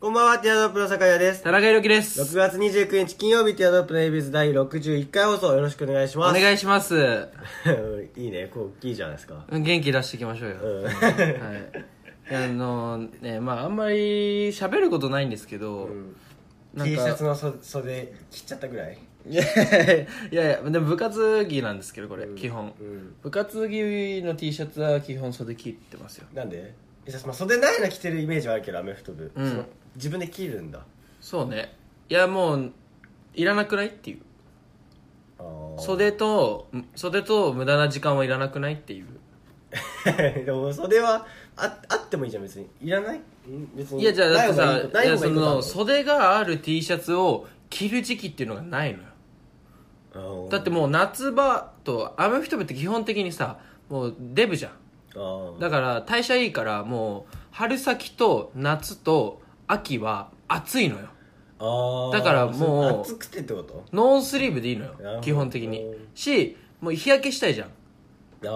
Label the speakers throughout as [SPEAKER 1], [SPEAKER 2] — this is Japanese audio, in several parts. [SPEAKER 1] こんばんは、ティアドロップの酒屋です。
[SPEAKER 2] 田中裕樹で
[SPEAKER 1] 6
[SPEAKER 2] す。
[SPEAKER 1] 月29日金曜日、ティアドロップのエビス第61回放送よろしくお願いし
[SPEAKER 2] お
[SPEAKER 1] ます。
[SPEAKER 2] 願いします。
[SPEAKER 1] いいね、こう、大きいじゃないですか。
[SPEAKER 2] 元気出していきましょうよ。
[SPEAKER 1] うん。
[SPEAKER 2] はい。あのね、まああんまり喋ることないんですけど、なん
[SPEAKER 1] T シ
[SPEAKER 2] か
[SPEAKER 1] ャツのそ袖切っちゃったぐらい
[SPEAKER 2] いやいやいや、でも部活着なんですけど、これ、基本、
[SPEAKER 1] うん
[SPEAKER 2] 部活着の T シャツは基本袖切ってますよ。
[SPEAKER 1] なんでいやまあ袖ないの着てるイメージはあるけど、アメフト部。
[SPEAKER 2] うん
[SPEAKER 1] その自分で切るんだ。
[SPEAKER 2] そうね。いや、もう、いらなくないっていう。
[SPEAKER 1] あー
[SPEAKER 2] 袖と、袖と無駄な時間はいらなくないっていう。
[SPEAKER 1] でも袖はああってもいいじゃん、別に。いらないん別に。
[SPEAKER 2] いや、じゃあだっ
[SPEAKER 1] ない
[SPEAKER 2] てさ、
[SPEAKER 1] 方がい
[SPEAKER 2] い
[SPEAKER 1] いことない
[SPEAKER 2] や、そ
[SPEAKER 1] 方がいいことある
[SPEAKER 2] の、袖がある T シャツを着る時期っていうのがないのよ。
[SPEAKER 1] の
[SPEAKER 2] だってもう夏場とアメフト部って基本的にさもうデブじゃん
[SPEAKER 1] あー
[SPEAKER 2] だから代謝いいからもう春先と夏と秋は暑いのよ
[SPEAKER 1] あー
[SPEAKER 2] だからもう
[SPEAKER 1] 暑くてってこと
[SPEAKER 2] ノースリーブでいいの
[SPEAKER 1] なるほ
[SPEAKER 2] よ
[SPEAKER 1] ど
[SPEAKER 2] 基本的にしもう日焼けしたいじゃん
[SPEAKER 1] あ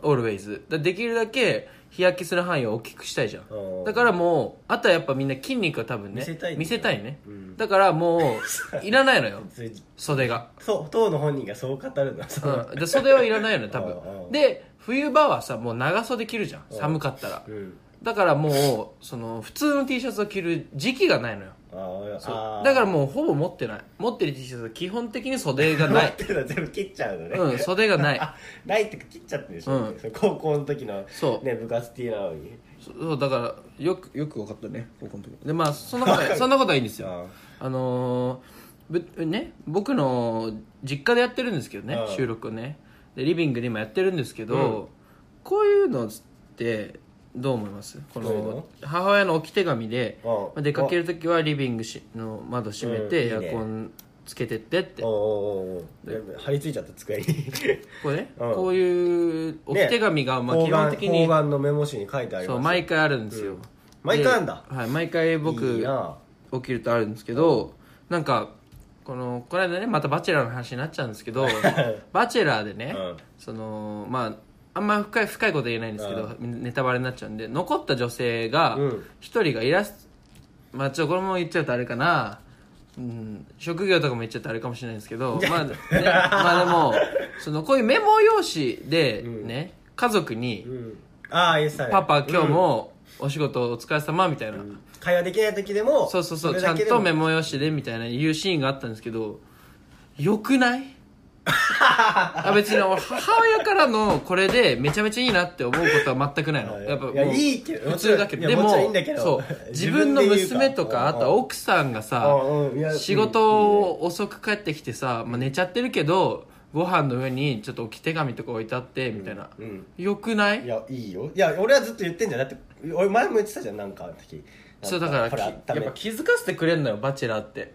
[SPEAKER 2] オールウェイズだできるだけ日焼けする範囲を大きくしたいじゃ
[SPEAKER 1] あ
[SPEAKER 2] ん
[SPEAKER 1] ー
[SPEAKER 2] だからもうあとはやっぱみんな筋肉は多分ね
[SPEAKER 1] 見せたいんだよ
[SPEAKER 2] 見せたいね、
[SPEAKER 1] うん
[SPEAKER 2] だからも ういらないのよ
[SPEAKER 1] あそれ
[SPEAKER 2] 袖が
[SPEAKER 1] そう当の本人がそう語るんだその
[SPEAKER 2] うん、で袖はいらないのよ 多
[SPEAKER 1] うんうん
[SPEAKER 2] 分で冬場はさもう長袖着るじゃん
[SPEAKER 1] うん
[SPEAKER 2] 寒かったら
[SPEAKER 1] うん
[SPEAKER 2] だからもうその普通の T シャツを着る時期がないのよ
[SPEAKER 1] あー
[SPEAKER 2] そう
[SPEAKER 1] あ
[SPEAKER 2] だから
[SPEAKER 1] も
[SPEAKER 2] もうほぼ持ってない持ってる T シャツは基本的に 袖がない
[SPEAKER 1] ってのは全部切っちゃうのね、
[SPEAKER 2] うん袖がない
[SPEAKER 1] あないってか切っちゃってるでしょ、
[SPEAKER 2] うん
[SPEAKER 1] その高校の時の
[SPEAKER 2] そう
[SPEAKER 1] ね部活 T なのに
[SPEAKER 2] そうだからよくよく分かったね高校の時でまあそんなことはそんなことはいいんですよあのーぶね僕の実家でやってるんですけどね
[SPEAKER 1] うん
[SPEAKER 2] 収録をねでリビングで今やってるんですけど、こういうのってどう思いますこ
[SPEAKER 1] どういうの
[SPEAKER 2] の母親の置き手紙で、
[SPEAKER 1] うん
[SPEAKER 2] まあ出かける時はリビングしの窓閉めて、
[SPEAKER 1] うんいいね
[SPEAKER 2] エアコンつけてってって
[SPEAKER 1] おーおーおーおー張り付いちゃった机に
[SPEAKER 2] これね、
[SPEAKER 1] うん
[SPEAKER 2] こういう置き手紙が、まあ、
[SPEAKER 1] 方
[SPEAKER 2] 基本
[SPEAKER 1] 眼
[SPEAKER 2] 的
[SPEAKER 1] 方
[SPEAKER 2] に
[SPEAKER 1] 眼のメモ紙に書いてあります
[SPEAKER 2] そう毎回あるんですよ、
[SPEAKER 1] 毎回あんだ
[SPEAKER 2] ではい毎回僕
[SPEAKER 1] いいな
[SPEAKER 2] 起きるとあるんですけどなんかこのこの間ねまた「バチェラー」の話になっちゃうんですけど「バチェラー」でね、
[SPEAKER 1] うん
[SPEAKER 2] そのまああんま深い深いこと言えないんですけど、ネタバレになっちゃうんで残った女性が
[SPEAKER 1] うん
[SPEAKER 2] 一人がイラスト、まあちょこれも言っちゃうとあれかな、うん、職業とかも言っちゃうとあれかもしれないんです けどまあ、ね、まあでもそのこういうメモ用紙でね、家族に、
[SPEAKER 1] うんああイエス
[SPEAKER 2] パパ今日もお仕事お疲れ様みたいな、
[SPEAKER 1] 会話できない時でも
[SPEAKER 2] そうそうそ
[SPEAKER 1] れ
[SPEAKER 2] うちゃ
[SPEAKER 1] だ
[SPEAKER 2] ん
[SPEAKER 1] けで
[SPEAKER 2] と
[SPEAKER 1] も
[SPEAKER 2] メモ用紙でみたいな言うシーンがあったんですけどよくない あ別に俺母親からのこれでめちゃめちゃいいなって思うことは全くないの
[SPEAKER 1] はい
[SPEAKER 2] やっぱ
[SPEAKER 1] いや
[SPEAKER 2] もう
[SPEAKER 1] いいけど
[SPEAKER 2] 普通だけど
[SPEAKER 1] もち
[SPEAKER 2] で
[SPEAKER 1] ろんいやも
[SPEAKER 2] も
[SPEAKER 1] ちろんいいんだけど
[SPEAKER 2] そう自分の娘とかあ
[SPEAKER 1] 自分で言うから
[SPEAKER 2] とは奥さんがさ
[SPEAKER 1] うんうんいや
[SPEAKER 2] 仕事を遅く帰ってきてさ、まあ、寝ちゃってるけどご飯の上にちょっと置き手紙とか置いてあってみたいな、
[SPEAKER 1] うんうん
[SPEAKER 2] よくない
[SPEAKER 1] いやいいよいや俺はずっと言ってんじゃんだって俺前も言ってたじゃんなんかあの時
[SPEAKER 2] そうだから
[SPEAKER 1] こ
[SPEAKER 2] き
[SPEAKER 1] れ
[SPEAKER 2] や
[SPEAKER 1] あ
[SPEAKER 2] っ
[SPEAKER 1] っため
[SPEAKER 2] ぱ気づかせてくれんのよバチェラーって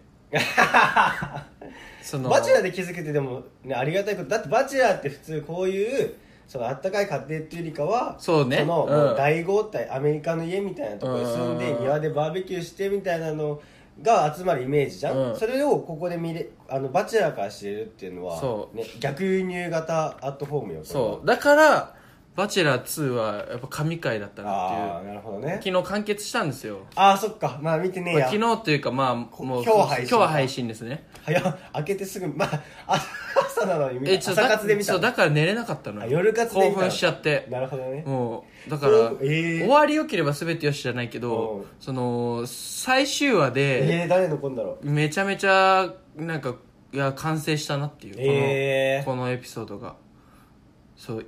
[SPEAKER 2] そ の
[SPEAKER 1] バチェラーで気づけてでも、ね、ありがたいことだってバチェラーって普通こういうそのあったかい家庭っていうよりかは
[SPEAKER 2] そうね
[SPEAKER 1] の、
[SPEAKER 2] うん
[SPEAKER 1] もう大豪邸アメリカの家みたいなところに住んで
[SPEAKER 2] うん
[SPEAKER 1] 庭でバーベキューしてみたいなのが集まるイメージじゃん、
[SPEAKER 2] うん
[SPEAKER 1] それをここで見れあのバチェラーから知れるっていうのは
[SPEAKER 2] そう
[SPEAKER 1] ね、逆輸入型アットホームよ
[SPEAKER 2] そうだからバチェラー2はやっぱ神回だった
[SPEAKER 1] う
[SPEAKER 2] な
[SPEAKER 1] あ
[SPEAKER 2] っ
[SPEAKER 1] あ
[SPEAKER 2] てい
[SPEAKER 1] なるほど
[SPEAKER 2] う
[SPEAKER 1] ね
[SPEAKER 2] 昨日完結したんですよ、
[SPEAKER 1] ああそっかまあ見てねえ
[SPEAKER 2] まあ
[SPEAKER 1] や
[SPEAKER 2] 昨日というかまあもう
[SPEAKER 1] 今日配信
[SPEAKER 2] 今日配信ですね
[SPEAKER 1] 早っ開けてすぐまああ朝なのに見
[SPEAKER 2] え
[SPEAKER 1] た
[SPEAKER 2] ちょ
[SPEAKER 1] 朝活で見
[SPEAKER 2] そ
[SPEAKER 1] た
[SPEAKER 2] うだから寝れなかったの
[SPEAKER 1] あ
[SPEAKER 2] よ
[SPEAKER 1] 夜活で見た
[SPEAKER 2] 興奮しちゃって
[SPEAKER 1] なるほどね
[SPEAKER 2] もうだから、
[SPEAKER 1] おえー
[SPEAKER 2] 終わりよければ全てよしじゃないけ
[SPEAKER 1] う
[SPEAKER 2] ど
[SPEAKER 1] ん
[SPEAKER 2] その最終話で、
[SPEAKER 1] えー、誰の子んだろう
[SPEAKER 2] めちゃめちゃなんかいや完成したなっていうこの,、
[SPEAKER 1] えー
[SPEAKER 2] このエピソードがそう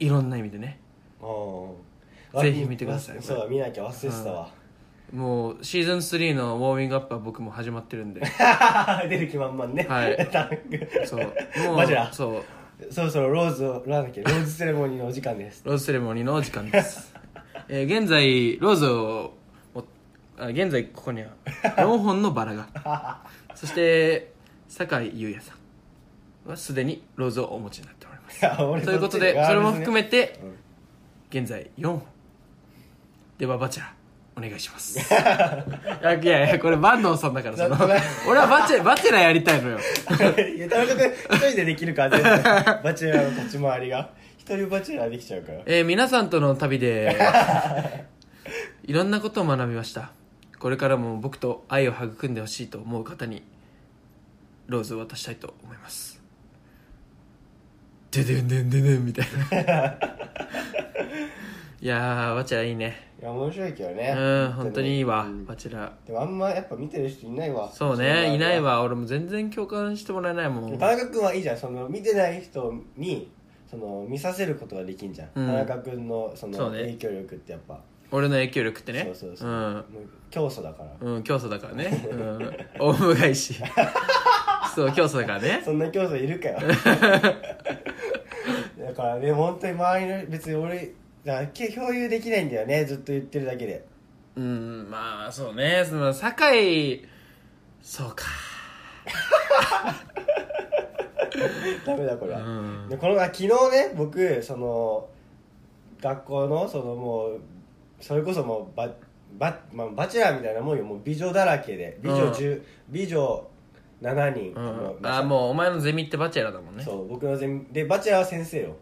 [SPEAKER 2] いろんな意味でね
[SPEAKER 1] うん
[SPEAKER 2] ぜひ見てください
[SPEAKER 1] わそうだ見なきゃ忘れてたわ、
[SPEAKER 2] もうシーズン3のウォーミングアップは僕も始まっ てるんで
[SPEAKER 1] 出る気満々ね、
[SPEAKER 2] は い
[SPEAKER 1] タンク
[SPEAKER 2] そうもう
[SPEAKER 1] バジェラー
[SPEAKER 2] そう
[SPEAKER 1] そろそろローズをなんだっけローズセレモニーのお時間 です
[SPEAKER 2] ローズセレモニーのお時間です、えー現在ローズをもあ現在ここ には4本のバラがそして酒井優也さんはすでにローズをお持ちになっております
[SPEAKER 1] と
[SPEAKER 2] ということで それも含めて現在4本ではバチェラお願いします いやいやいやこれ坂東さんだからそ の
[SPEAKER 1] なな
[SPEAKER 2] 俺はバチェバチェラやりたいのよ
[SPEAKER 1] め いや田中君一人でできるから全 然バチェラーの立ち回りが一人バチェラーできちゃうから
[SPEAKER 2] えー皆さんとの旅でいろんなことを学びましたこれからも僕と愛を育んでほしいと思う方にローズを渡したいと思いますででんでんでんでんみたいな いやーバチェラいいね
[SPEAKER 1] いや面白いけど
[SPEAKER 2] う
[SPEAKER 1] ね
[SPEAKER 2] ん本当にいいわ
[SPEAKER 1] うん
[SPEAKER 2] バチェラ
[SPEAKER 1] でもあんまやっぱ見てる人いないわ
[SPEAKER 2] そう
[SPEAKER 1] の場合
[SPEAKER 2] ねいないわ俺も全然共感してもらえないもん
[SPEAKER 1] 田中君はいいじゃんその見てない人にその見させることができんじゃん、
[SPEAKER 2] うん
[SPEAKER 1] 田中君のそ
[SPEAKER 2] そ
[SPEAKER 1] の
[SPEAKER 2] うね
[SPEAKER 1] 影響力ってやっぱ
[SPEAKER 2] 俺の影響力ってね
[SPEAKER 1] そうそうそう、
[SPEAKER 2] ん
[SPEAKER 1] もう教祖だから、
[SPEAKER 2] うん、教祖だからね。うん。オウム 返し。そう、教祖だからね。
[SPEAKER 1] そんな教祖いるか よだからね本当に周りの別に俺だから共有できないんだよねずっと言ってるだけで
[SPEAKER 2] うん、まあ、そうね。その、酒井、そうか。
[SPEAKER 1] ダメだこれは、
[SPEAKER 2] うん
[SPEAKER 1] でこのあ昨日ね僕その学校のそのもうそれこそもうババ,、まあ、バチェラーみたいなもんよもう美女だらけで美女10、美女7人、
[SPEAKER 2] うん。
[SPEAKER 1] ま
[SPEAKER 2] あ、もう、お前のゼミってバチェラーだもんね。
[SPEAKER 1] そう僕の全でバチェラーは先生 よ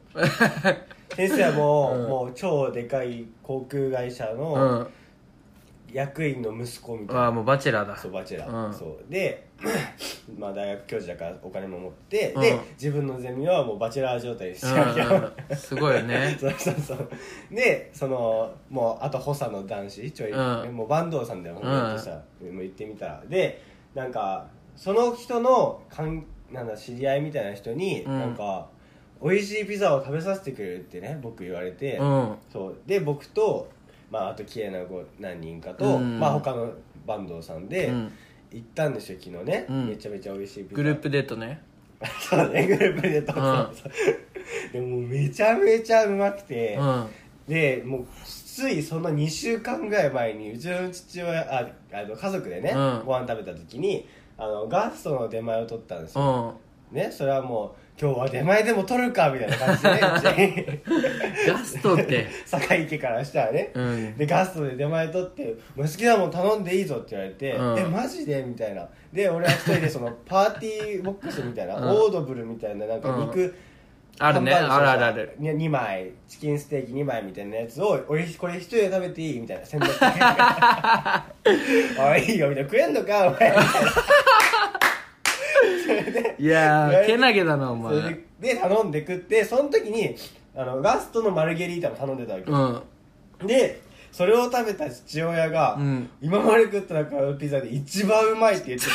[SPEAKER 1] 先生はもう,、
[SPEAKER 2] うん
[SPEAKER 1] もう超でかい航空会社
[SPEAKER 2] う
[SPEAKER 1] の
[SPEAKER 2] ん。
[SPEAKER 1] 役員の息子みたいな、
[SPEAKER 2] あ、もうバチェラーだ。
[SPEAKER 1] そうバチェラー、
[SPEAKER 2] うん
[SPEAKER 1] そうでまあ大学教授だからお金も持って、
[SPEAKER 2] うん
[SPEAKER 1] で自分のゼミはもうバチェラー状態にしてるわけよ、。
[SPEAKER 2] うん。すごいよ ね
[SPEAKER 1] そうそうそうでそのもうあと補佐の男子ちょい、
[SPEAKER 2] うん
[SPEAKER 1] もう坂東さんだよ
[SPEAKER 2] ん
[SPEAKER 1] ほんとさ、もう行ってみたらでなんかその人のかんなんだ知り合いみたいな人に、
[SPEAKER 2] うん
[SPEAKER 1] なんか美味しいピザを食べさせてくれるってね僕言われて、
[SPEAKER 2] うん。
[SPEAKER 1] そうで僕と、まあ、あと綺麗な子何人かと、
[SPEAKER 2] うん
[SPEAKER 1] まあ他の坂東さんで
[SPEAKER 2] うん
[SPEAKER 1] 行ったんですよ昨日ね、
[SPEAKER 2] うん
[SPEAKER 1] めちゃめちゃ美味しいピザ
[SPEAKER 2] グループデートね。
[SPEAKER 1] そうねグループで撮ったんですよでもめちゃめちゃうまくて、
[SPEAKER 2] うん。
[SPEAKER 1] でもうついその2週間ぐらい前にうちの父親ああの家族でね、
[SPEAKER 2] うん
[SPEAKER 1] ご飯食べた時にあのガストの出前を取ったんです
[SPEAKER 2] う
[SPEAKER 1] よ、
[SPEAKER 2] ん。
[SPEAKER 1] ねそれはもう今日は出前でも取るかみたいな感じで ねう
[SPEAKER 2] ガストって。
[SPEAKER 1] ち 堺家からしたらね、
[SPEAKER 2] うん。
[SPEAKER 1] でガストで出前取って「もう好きなもん頼んでいいぞ」って言われて「
[SPEAKER 2] うん
[SPEAKER 1] えマジで?」みたいなで俺は一人で そのパーティーボックスみたいな、
[SPEAKER 2] うん
[SPEAKER 1] オードブルみたいななんか肉、
[SPEAKER 2] あるね。
[SPEAKER 1] ハンバ
[SPEAKER 2] ある
[SPEAKER 1] ー
[SPEAKER 2] あ
[SPEAKER 1] グ
[SPEAKER 2] るある。
[SPEAKER 1] に2枚チキンステーキ2枚みたいなやつを俺これ一人で食べていいみ たいな選択で おいいいよみたいな食えんのかお 前
[SPEAKER 2] いやー、けなげだな、お
[SPEAKER 1] そ
[SPEAKER 2] 前。
[SPEAKER 1] れでで頼んで食ってその時にあのガストのマルゲリータも頼んでたわけ、
[SPEAKER 2] うん。
[SPEAKER 1] でそれを食べた父親が、
[SPEAKER 2] うん
[SPEAKER 1] 今まで食った中のピザで一番うまいって言って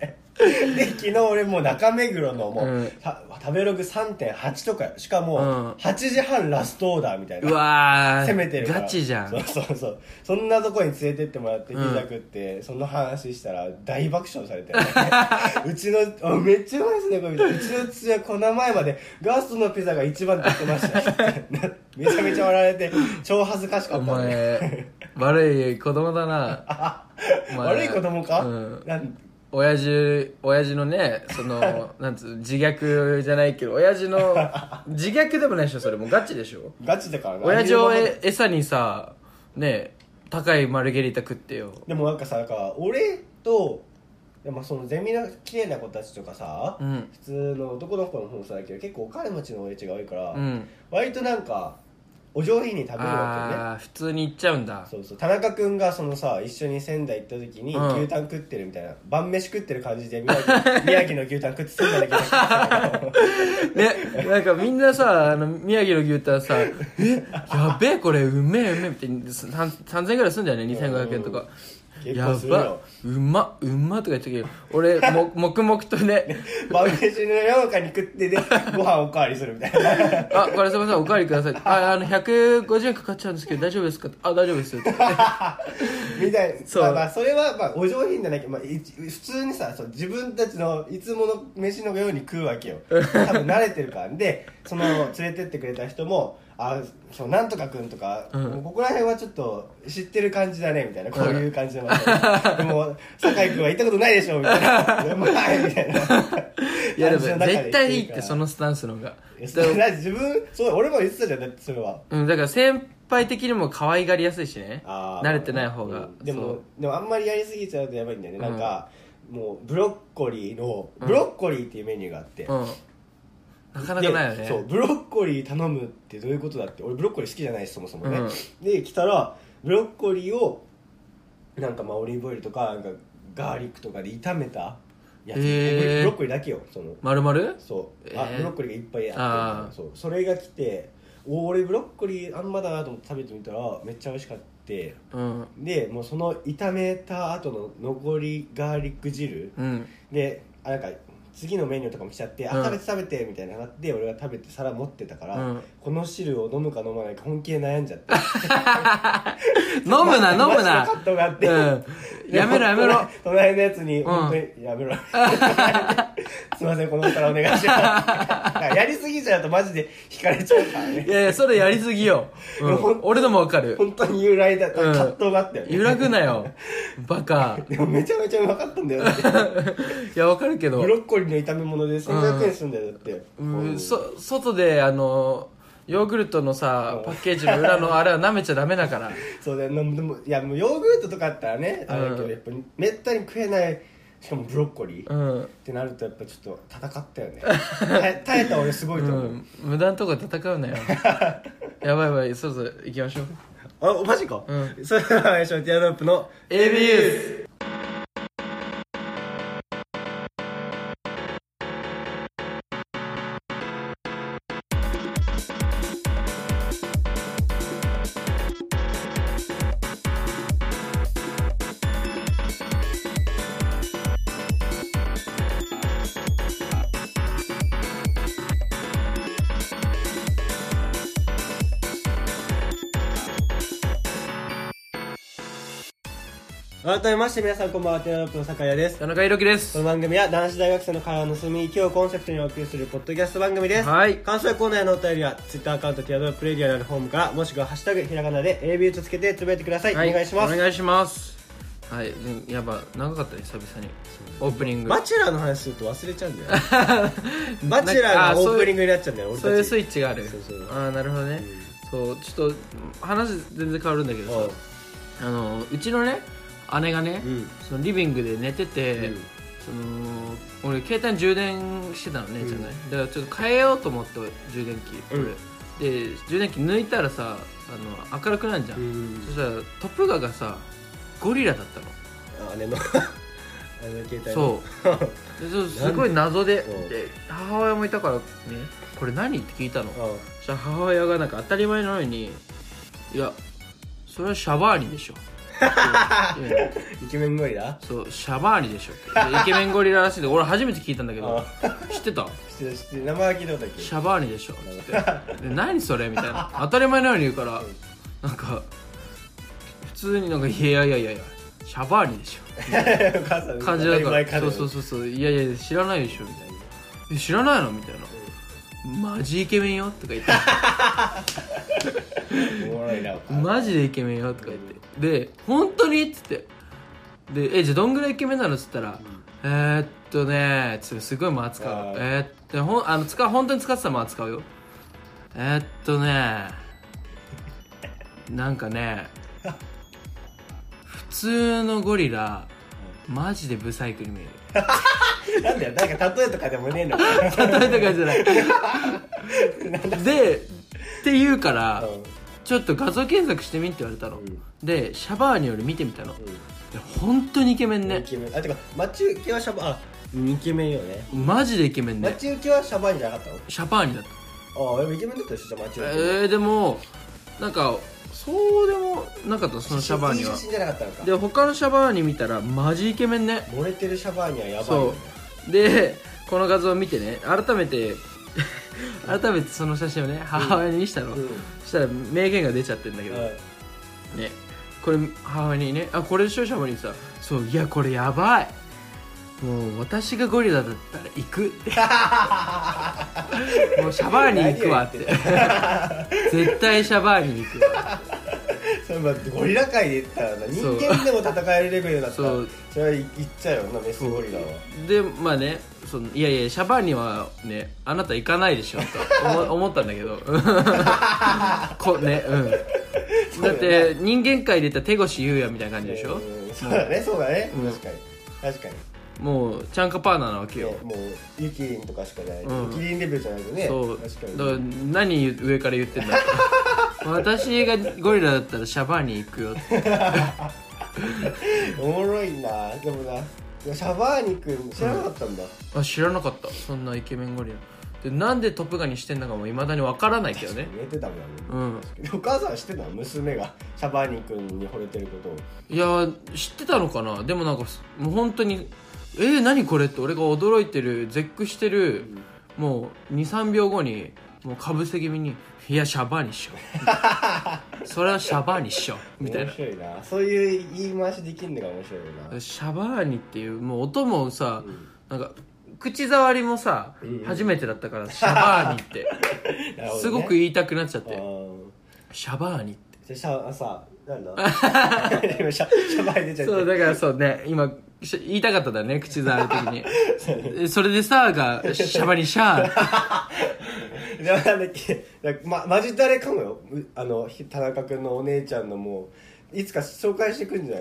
[SPEAKER 1] てで昨日俺もう中目黒のもう、
[SPEAKER 2] うん
[SPEAKER 1] た食べログ3.8とかよしかも、
[SPEAKER 2] うん
[SPEAKER 1] 8時半ラストオーダーみたいな
[SPEAKER 2] うわー。
[SPEAKER 1] 攻めてるから
[SPEAKER 2] ガチじゃん。
[SPEAKER 1] そうそうそうそんなとこに連れてってもらってピ
[SPEAKER 2] うん
[SPEAKER 1] ザ食って、その話したら大爆笑されて、 うちのあめっちゃうまいですねこれみたいなうちの父親この前までガストのピザが一番って言ってました よめちゃめちゃ笑われて超恥ずかしか
[SPEAKER 2] お
[SPEAKER 1] ったね
[SPEAKER 2] 前悪い子供だなお前
[SPEAKER 1] 悪い子供か、
[SPEAKER 2] うん
[SPEAKER 1] なん
[SPEAKER 2] 親父親父のねそ のなんつう自虐じゃないけど親父の自虐でもないでしょそれもうガチでしょ
[SPEAKER 1] ガチだからな
[SPEAKER 2] 親父を
[SPEAKER 1] 理由も
[SPEAKER 2] え餌にさね高いマルゲリータ食ってよ
[SPEAKER 1] でもなんかさなんか俺とでもそのゼミの綺麗な子たちとかさ、
[SPEAKER 2] うん
[SPEAKER 1] 普通の男の子の方もそうだけど結構お金持ちの親父が多いから、
[SPEAKER 2] うん
[SPEAKER 1] 割となんかお上品に食べるわけよね
[SPEAKER 2] ああー普通に行っちゃうんだ
[SPEAKER 1] そうそう田中君がそのさ一緒に仙台行った時に
[SPEAKER 2] うん
[SPEAKER 1] 牛タン食ってるみたいな、晩飯食ってる感じで宮城 宮城の牛タン食って仙台だけど
[SPEAKER 2] ねなんかみんなさあの宮城の牛タンさ「えやべえこれうめえうめえ」って3000円ぐらいすんだよね2500円とか
[SPEAKER 1] 結
[SPEAKER 2] や
[SPEAKER 1] 構する
[SPEAKER 2] ば
[SPEAKER 1] よ
[SPEAKER 2] うまうまとか言ったけど俺 も黙々とね
[SPEAKER 1] 晩飯の山かに食ってでご飯おかわりするみたいな
[SPEAKER 2] あこれすみませんおかわりくださいああの150円かかっちゃうんですけど大丈夫ですかあ大丈夫ですよ
[SPEAKER 1] みたいな
[SPEAKER 2] そう
[SPEAKER 1] まあまあそれはまあお上品じゃないけど、まあ、い普通にさそう自分たちのいつもの飯のように食うわ けよ多分慣れてるからでその連れてってくれた人も「あそうなんとかくん」とか、
[SPEAKER 2] うん
[SPEAKER 1] もうここら辺はちょっと知ってる感じだね」みたいなこういう感じの、でも酒井君は行ったことないでしょ」みたい な「うまい」みたいな
[SPEAKER 2] い やでも
[SPEAKER 1] 感じの中
[SPEAKER 2] 絶対いいってそ
[SPEAKER 1] の
[SPEAKER 2] のスタンスの方が
[SPEAKER 1] 自分そう俺も言ってたじゃんだってそれは
[SPEAKER 2] うんだから先輩的にも可愛がりやすいしね
[SPEAKER 1] あー
[SPEAKER 2] 慣れてない方が、
[SPEAKER 1] うんで
[SPEAKER 2] そ
[SPEAKER 1] も
[SPEAKER 2] う
[SPEAKER 1] でもあんまりやりすぎちゃうとやばいんだよね、
[SPEAKER 2] うん
[SPEAKER 1] なんかもうブロッコリーのブロッコリーっていうメニューがあって、
[SPEAKER 2] うんなかなかないよ
[SPEAKER 1] で
[SPEAKER 2] ね
[SPEAKER 1] そうブロッコリー頼むってどういうことだって俺ブロッコリー好きじゃないしそもそもね、
[SPEAKER 2] うん
[SPEAKER 1] で来たらブロッコリーをなんかまあオリーブオイルとかなんかガーリックとかで炒めたやつ、
[SPEAKER 2] へー
[SPEAKER 1] ブロッコリーだけよその
[SPEAKER 2] まるまる
[SPEAKER 1] そう、
[SPEAKER 2] えー
[SPEAKER 1] あブロッコリーがいっぱいあ
[SPEAKER 2] あー
[SPEAKER 1] ってそうそれが来てお俺ブロッコリーあんまだなと思って食べてみたらめっちゃ美味しかって
[SPEAKER 2] うん
[SPEAKER 1] でもうその炒めた後の残りガーリック汁
[SPEAKER 2] うん
[SPEAKER 1] であなんか次のメニューとかも来ちゃって、
[SPEAKER 2] う
[SPEAKER 1] あ
[SPEAKER 2] ん
[SPEAKER 1] 食べて食べてみたいななって俺が食べて皿持ってたから、
[SPEAKER 2] うん
[SPEAKER 1] この汁を飲むか飲まないか本気で悩んじゃって
[SPEAKER 2] 飲むな飲むな
[SPEAKER 1] カットがあって、
[SPEAKER 2] うん やめろやめろ
[SPEAKER 1] 隣のやつに、
[SPEAKER 2] ん
[SPEAKER 1] 本当にやめろ すいませんこのお皿お願いし ますやりすぎちゃうとマジで引かれちゃうからね
[SPEAKER 2] いやいやそれやりすぎよ、うん
[SPEAKER 1] いやほん
[SPEAKER 2] 俺でもわかる
[SPEAKER 1] 本当に由来だった、
[SPEAKER 2] うん
[SPEAKER 1] 葛藤があったよね
[SPEAKER 2] 揺らぐなよバカ
[SPEAKER 1] でもめちゃめちゃうまかったんだよだって
[SPEAKER 2] いやわかるけど
[SPEAKER 1] ブロッコリーの炒め物で1500円するんだよだって、
[SPEAKER 2] うん、そ外であのヨーグルトのさパッケージの裏のあれは舐めちゃダメだから
[SPEAKER 1] そうだよでもいやもうヨーグルトとかあったらねあれだけ
[SPEAKER 2] う
[SPEAKER 1] ど
[SPEAKER 2] ん
[SPEAKER 1] やっぱりめったに食えないしかもブロッコリー、っ
[SPEAKER 2] うん、
[SPEAKER 1] てなるとやっぱちょっと戦った よね耐え耐えた俺すご
[SPEAKER 2] う
[SPEAKER 1] いと思う、
[SPEAKER 2] ん、無駄なとこで戦う なよやばいやばいそろそろ行きましょう
[SPEAKER 1] あマジか、
[SPEAKER 2] う
[SPEAKER 1] それでは最初ティアドロップの
[SPEAKER 2] AB ユース
[SPEAKER 1] 改めまして皆さんこんばんはティアドロップの酒谷です
[SPEAKER 2] 田中裕樹で
[SPEAKER 1] こ
[SPEAKER 2] す
[SPEAKER 1] の番組は男子大学生の会話の隅に今日コンセプトにお送りするポッドキャスト番組です
[SPEAKER 2] はい
[SPEAKER 1] 感想やコーナーへのお便りは Twitter アカウントティアドロップレディオにあるフォームからもしくは「ハッシュタグひらがな」で AB とつけてつぶやいてください、
[SPEAKER 2] は
[SPEAKER 1] お願いします
[SPEAKER 2] お願いしますはい、うんやば長かったね久々にオープニング
[SPEAKER 1] バチェラーの話すると忘れちゃうんだよ バチェラーがオープニングになっちゃうんだよ俺たち
[SPEAKER 2] そういうスイッチがある
[SPEAKER 1] そうそう
[SPEAKER 2] ああなるほどね、そうちょっと話全然変わるんだけどさあのうちのね姉がね、
[SPEAKER 1] うん
[SPEAKER 2] そのリビングで寝てて、
[SPEAKER 1] うん
[SPEAKER 2] その俺携帯充電してたのねじゃない、だからちょっと変えようと思って充電器俺、
[SPEAKER 1] うん
[SPEAKER 2] で充電器抜いたらさあの明るくなるじゃん、
[SPEAKER 1] うん
[SPEAKER 2] そしたらトップガーがさゴリラだったの
[SPEAKER 1] あ姉の姉の携帯の
[SPEAKER 2] そうでそうすごい謎で
[SPEAKER 1] うん
[SPEAKER 2] で母親もいたからねこれ何って聞いたの
[SPEAKER 1] うん
[SPEAKER 2] そしたら母親がなんか当たり前のように「いやそれはシャバーニ でしょ」って言うの
[SPEAKER 1] イケメンゴリラ
[SPEAKER 2] そうシャバーニでしょってでイケメンゴリラらしいんで俺初めて聞いたんだけど
[SPEAKER 1] あ
[SPEAKER 2] 知ってた
[SPEAKER 1] 知って知って名前は聞いたことあるけど
[SPEAKER 2] シャバーニでしょつって で何それみたいな当たり前のように言うからなんか普通になんか「いやいやいやいやシャバーニでしょ」
[SPEAKER 1] お母さん
[SPEAKER 2] 感じだか
[SPEAKER 1] 当たり前
[SPEAKER 2] らそうそうそうそういやいや知らないでしょみたいなえ知らないのみたいなマジイケメンよとか言って
[SPEAKER 1] おもろいな
[SPEAKER 2] マジでイケメンよとか言ってで本当にっつってでえじゃあどんぐらいイケメンなのっつったら、えー、っとねつってすごい間使
[SPEAKER 1] あ
[SPEAKER 2] う
[SPEAKER 1] ー
[SPEAKER 2] えー、っとほんあの使う本当に使ってた間使うよえー、っとねなん かね普通のゴリラマジでブサイクに見える
[SPEAKER 1] なんだよなんか例えとかでもねえの か
[SPEAKER 2] 例えた感じじゃないでって言うから、
[SPEAKER 1] うん
[SPEAKER 2] ちょっと画像検索してみって言われたの、
[SPEAKER 1] うん
[SPEAKER 2] でシャバーニより見てみたの、で本当にイケメン
[SPEAKER 1] イ
[SPEAKER 2] ね、
[SPEAKER 1] ケメンあてか待ち受けはシャバあイケメンよね
[SPEAKER 2] マジでイケメン
[SPEAKER 1] 待
[SPEAKER 2] ね
[SPEAKER 1] ち受けはシャバいんじゃなかったの
[SPEAKER 2] シャバーニだった
[SPEAKER 1] ああでもイケメンだったでしょじゃあ待ち受け
[SPEAKER 2] えー、でもなんかそうでもなかったそのシャバーニ
[SPEAKER 1] いい
[SPEAKER 2] は
[SPEAKER 1] 写真じゃなかったのか
[SPEAKER 2] で他のシャバーニ見たらマジイケメンね
[SPEAKER 1] 漏れてるシャバーにはやばいよね
[SPEAKER 2] そうでこの画像を見てね改めて 改めてその写真をね母親に見せたの、
[SPEAKER 1] うん
[SPEAKER 2] そしたら名言が出ちゃってるんだけど、ねこれ母親にねあこれでしょシャバにさそういやこれやばいもう私がゴリラだったら行 くってもうシャバーニ行くわって 絶対シャバーニ行くわ
[SPEAKER 1] それまあゴリラ界で言ったらな人
[SPEAKER 2] そう
[SPEAKER 1] 間でも戦えるレベルだったら
[SPEAKER 2] そう
[SPEAKER 1] それは言っちゃうよなメスゴリラは
[SPEAKER 2] でまあねそのいやいやシャバーニはねあなた行かないでしょと思 思ったんだけどこねうんだって人間界で言ったら手越優也みたいな感じでしょ、
[SPEAKER 1] うんそうだねそうだね
[SPEAKER 2] うん
[SPEAKER 1] 確かに確かに
[SPEAKER 2] もうチャンカパーナなわけよ、
[SPEAKER 1] ねもうユキリンとかしかない、
[SPEAKER 2] うん
[SPEAKER 1] ユキリンレベルじゃないとね
[SPEAKER 2] そう
[SPEAKER 1] 確か
[SPEAKER 2] だから
[SPEAKER 1] に
[SPEAKER 2] 何上から言ってんだ私がゴリラだったらシャバーニ行くよって
[SPEAKER 1] おもろいなでもなシャバーニ君知らなかったんだ、
[SPEAKER 2] あ知らなかったそんなイケメンゴリラでなんでトップガンにしてんのかもいまだにわからないけどね
[SPEAKER 1] 言えてたもんね、
[SPEAKER 2] う
[SPEAKER 1] お
[SPEAKER 2] ん
[SPEAKER 1] 母さんは知ってたの娘がシャバーニ君に惚れてることを
[SPEAKER 2] いやー知ってたのかなでもなんかもう本当に「えー、何これ?」って俺が驚いてる絶句してる、もう23秒後にもうかぶせ気味に「いやシャバーニっしょ」それはシャバーニっしょ」みたい
[SPEAKER 1] 面
[SPEAKER 2] な
[SPEAKER 1] 白いなそういう言い回しできるのが面白いよな
[SPEAKER 2] シャバーニっていうもう音もさ、
[SPEAKER 1] ん
[SPEAKER 2] なんか口触りもさ、
[SPEAKER 1] うん
[SPEAKER 2] 初めてだったからシャバーニって
[SPEAKER 1] なるほどね
[SPEAKER 2] すごく言いたくなっちゃって
[SPEAKER 1] うん
[SPEAKER 2] シャバーニっ
[SPEAKER 1] で
[SPEAKER 2] て
[SPEAKER 1] シャあさなんだ今シャシャバーニ出ちゃって
[SPEAKER 2] そうだからそうね今し言いたかったんだよね口触る 時にえそれでさがシャバにシャー
[SPEAKER 1] でもなんだっけだまマジ誰かもようあのひ田中君のお姉ちゃんのもういつか紹介してくんじゃ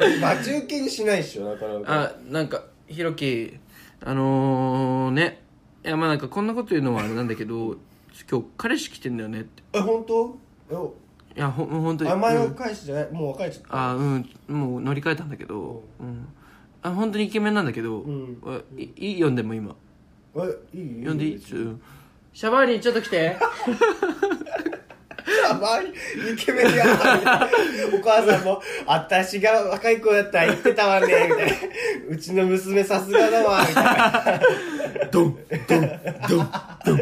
[SPEAKER 1] ない待ち受けにしないっしょなかなか
[SPEAKER 2] あなんかひろきあのー、ねいやまあなんかこんなこと言うのもあれなんだけど今日彼氏来てんだよねって
[SPEAKER 1] え本当えお
[SPEAKER 2] いやほほんとに
[SPEAKER 1] 名前
[SPEAKER 2] う
[SPEAKER 1] を
[SPEAKER 2] ん
[SPEAKER 1] 返してじゃないもう別れちゃった
[SPEAKER 2] あうんもう乗り換えたんだけどうんあ本当にイケメンなんだけど、
[SPEAKER 1] ん
[SPEAKER 2] あいいい読んでも今
[SPEAKER 1] えいい
[SPEAKER 2] 読んでいいちょうんシャバーニちょっと来て
[SPEAKER 1] あ周りイケメンがお母さんも「私が若い子だったら言ってたわね」みたいな「うちの娘さすがだわ」みたいな
[SPEAKER 2] ドンドンドン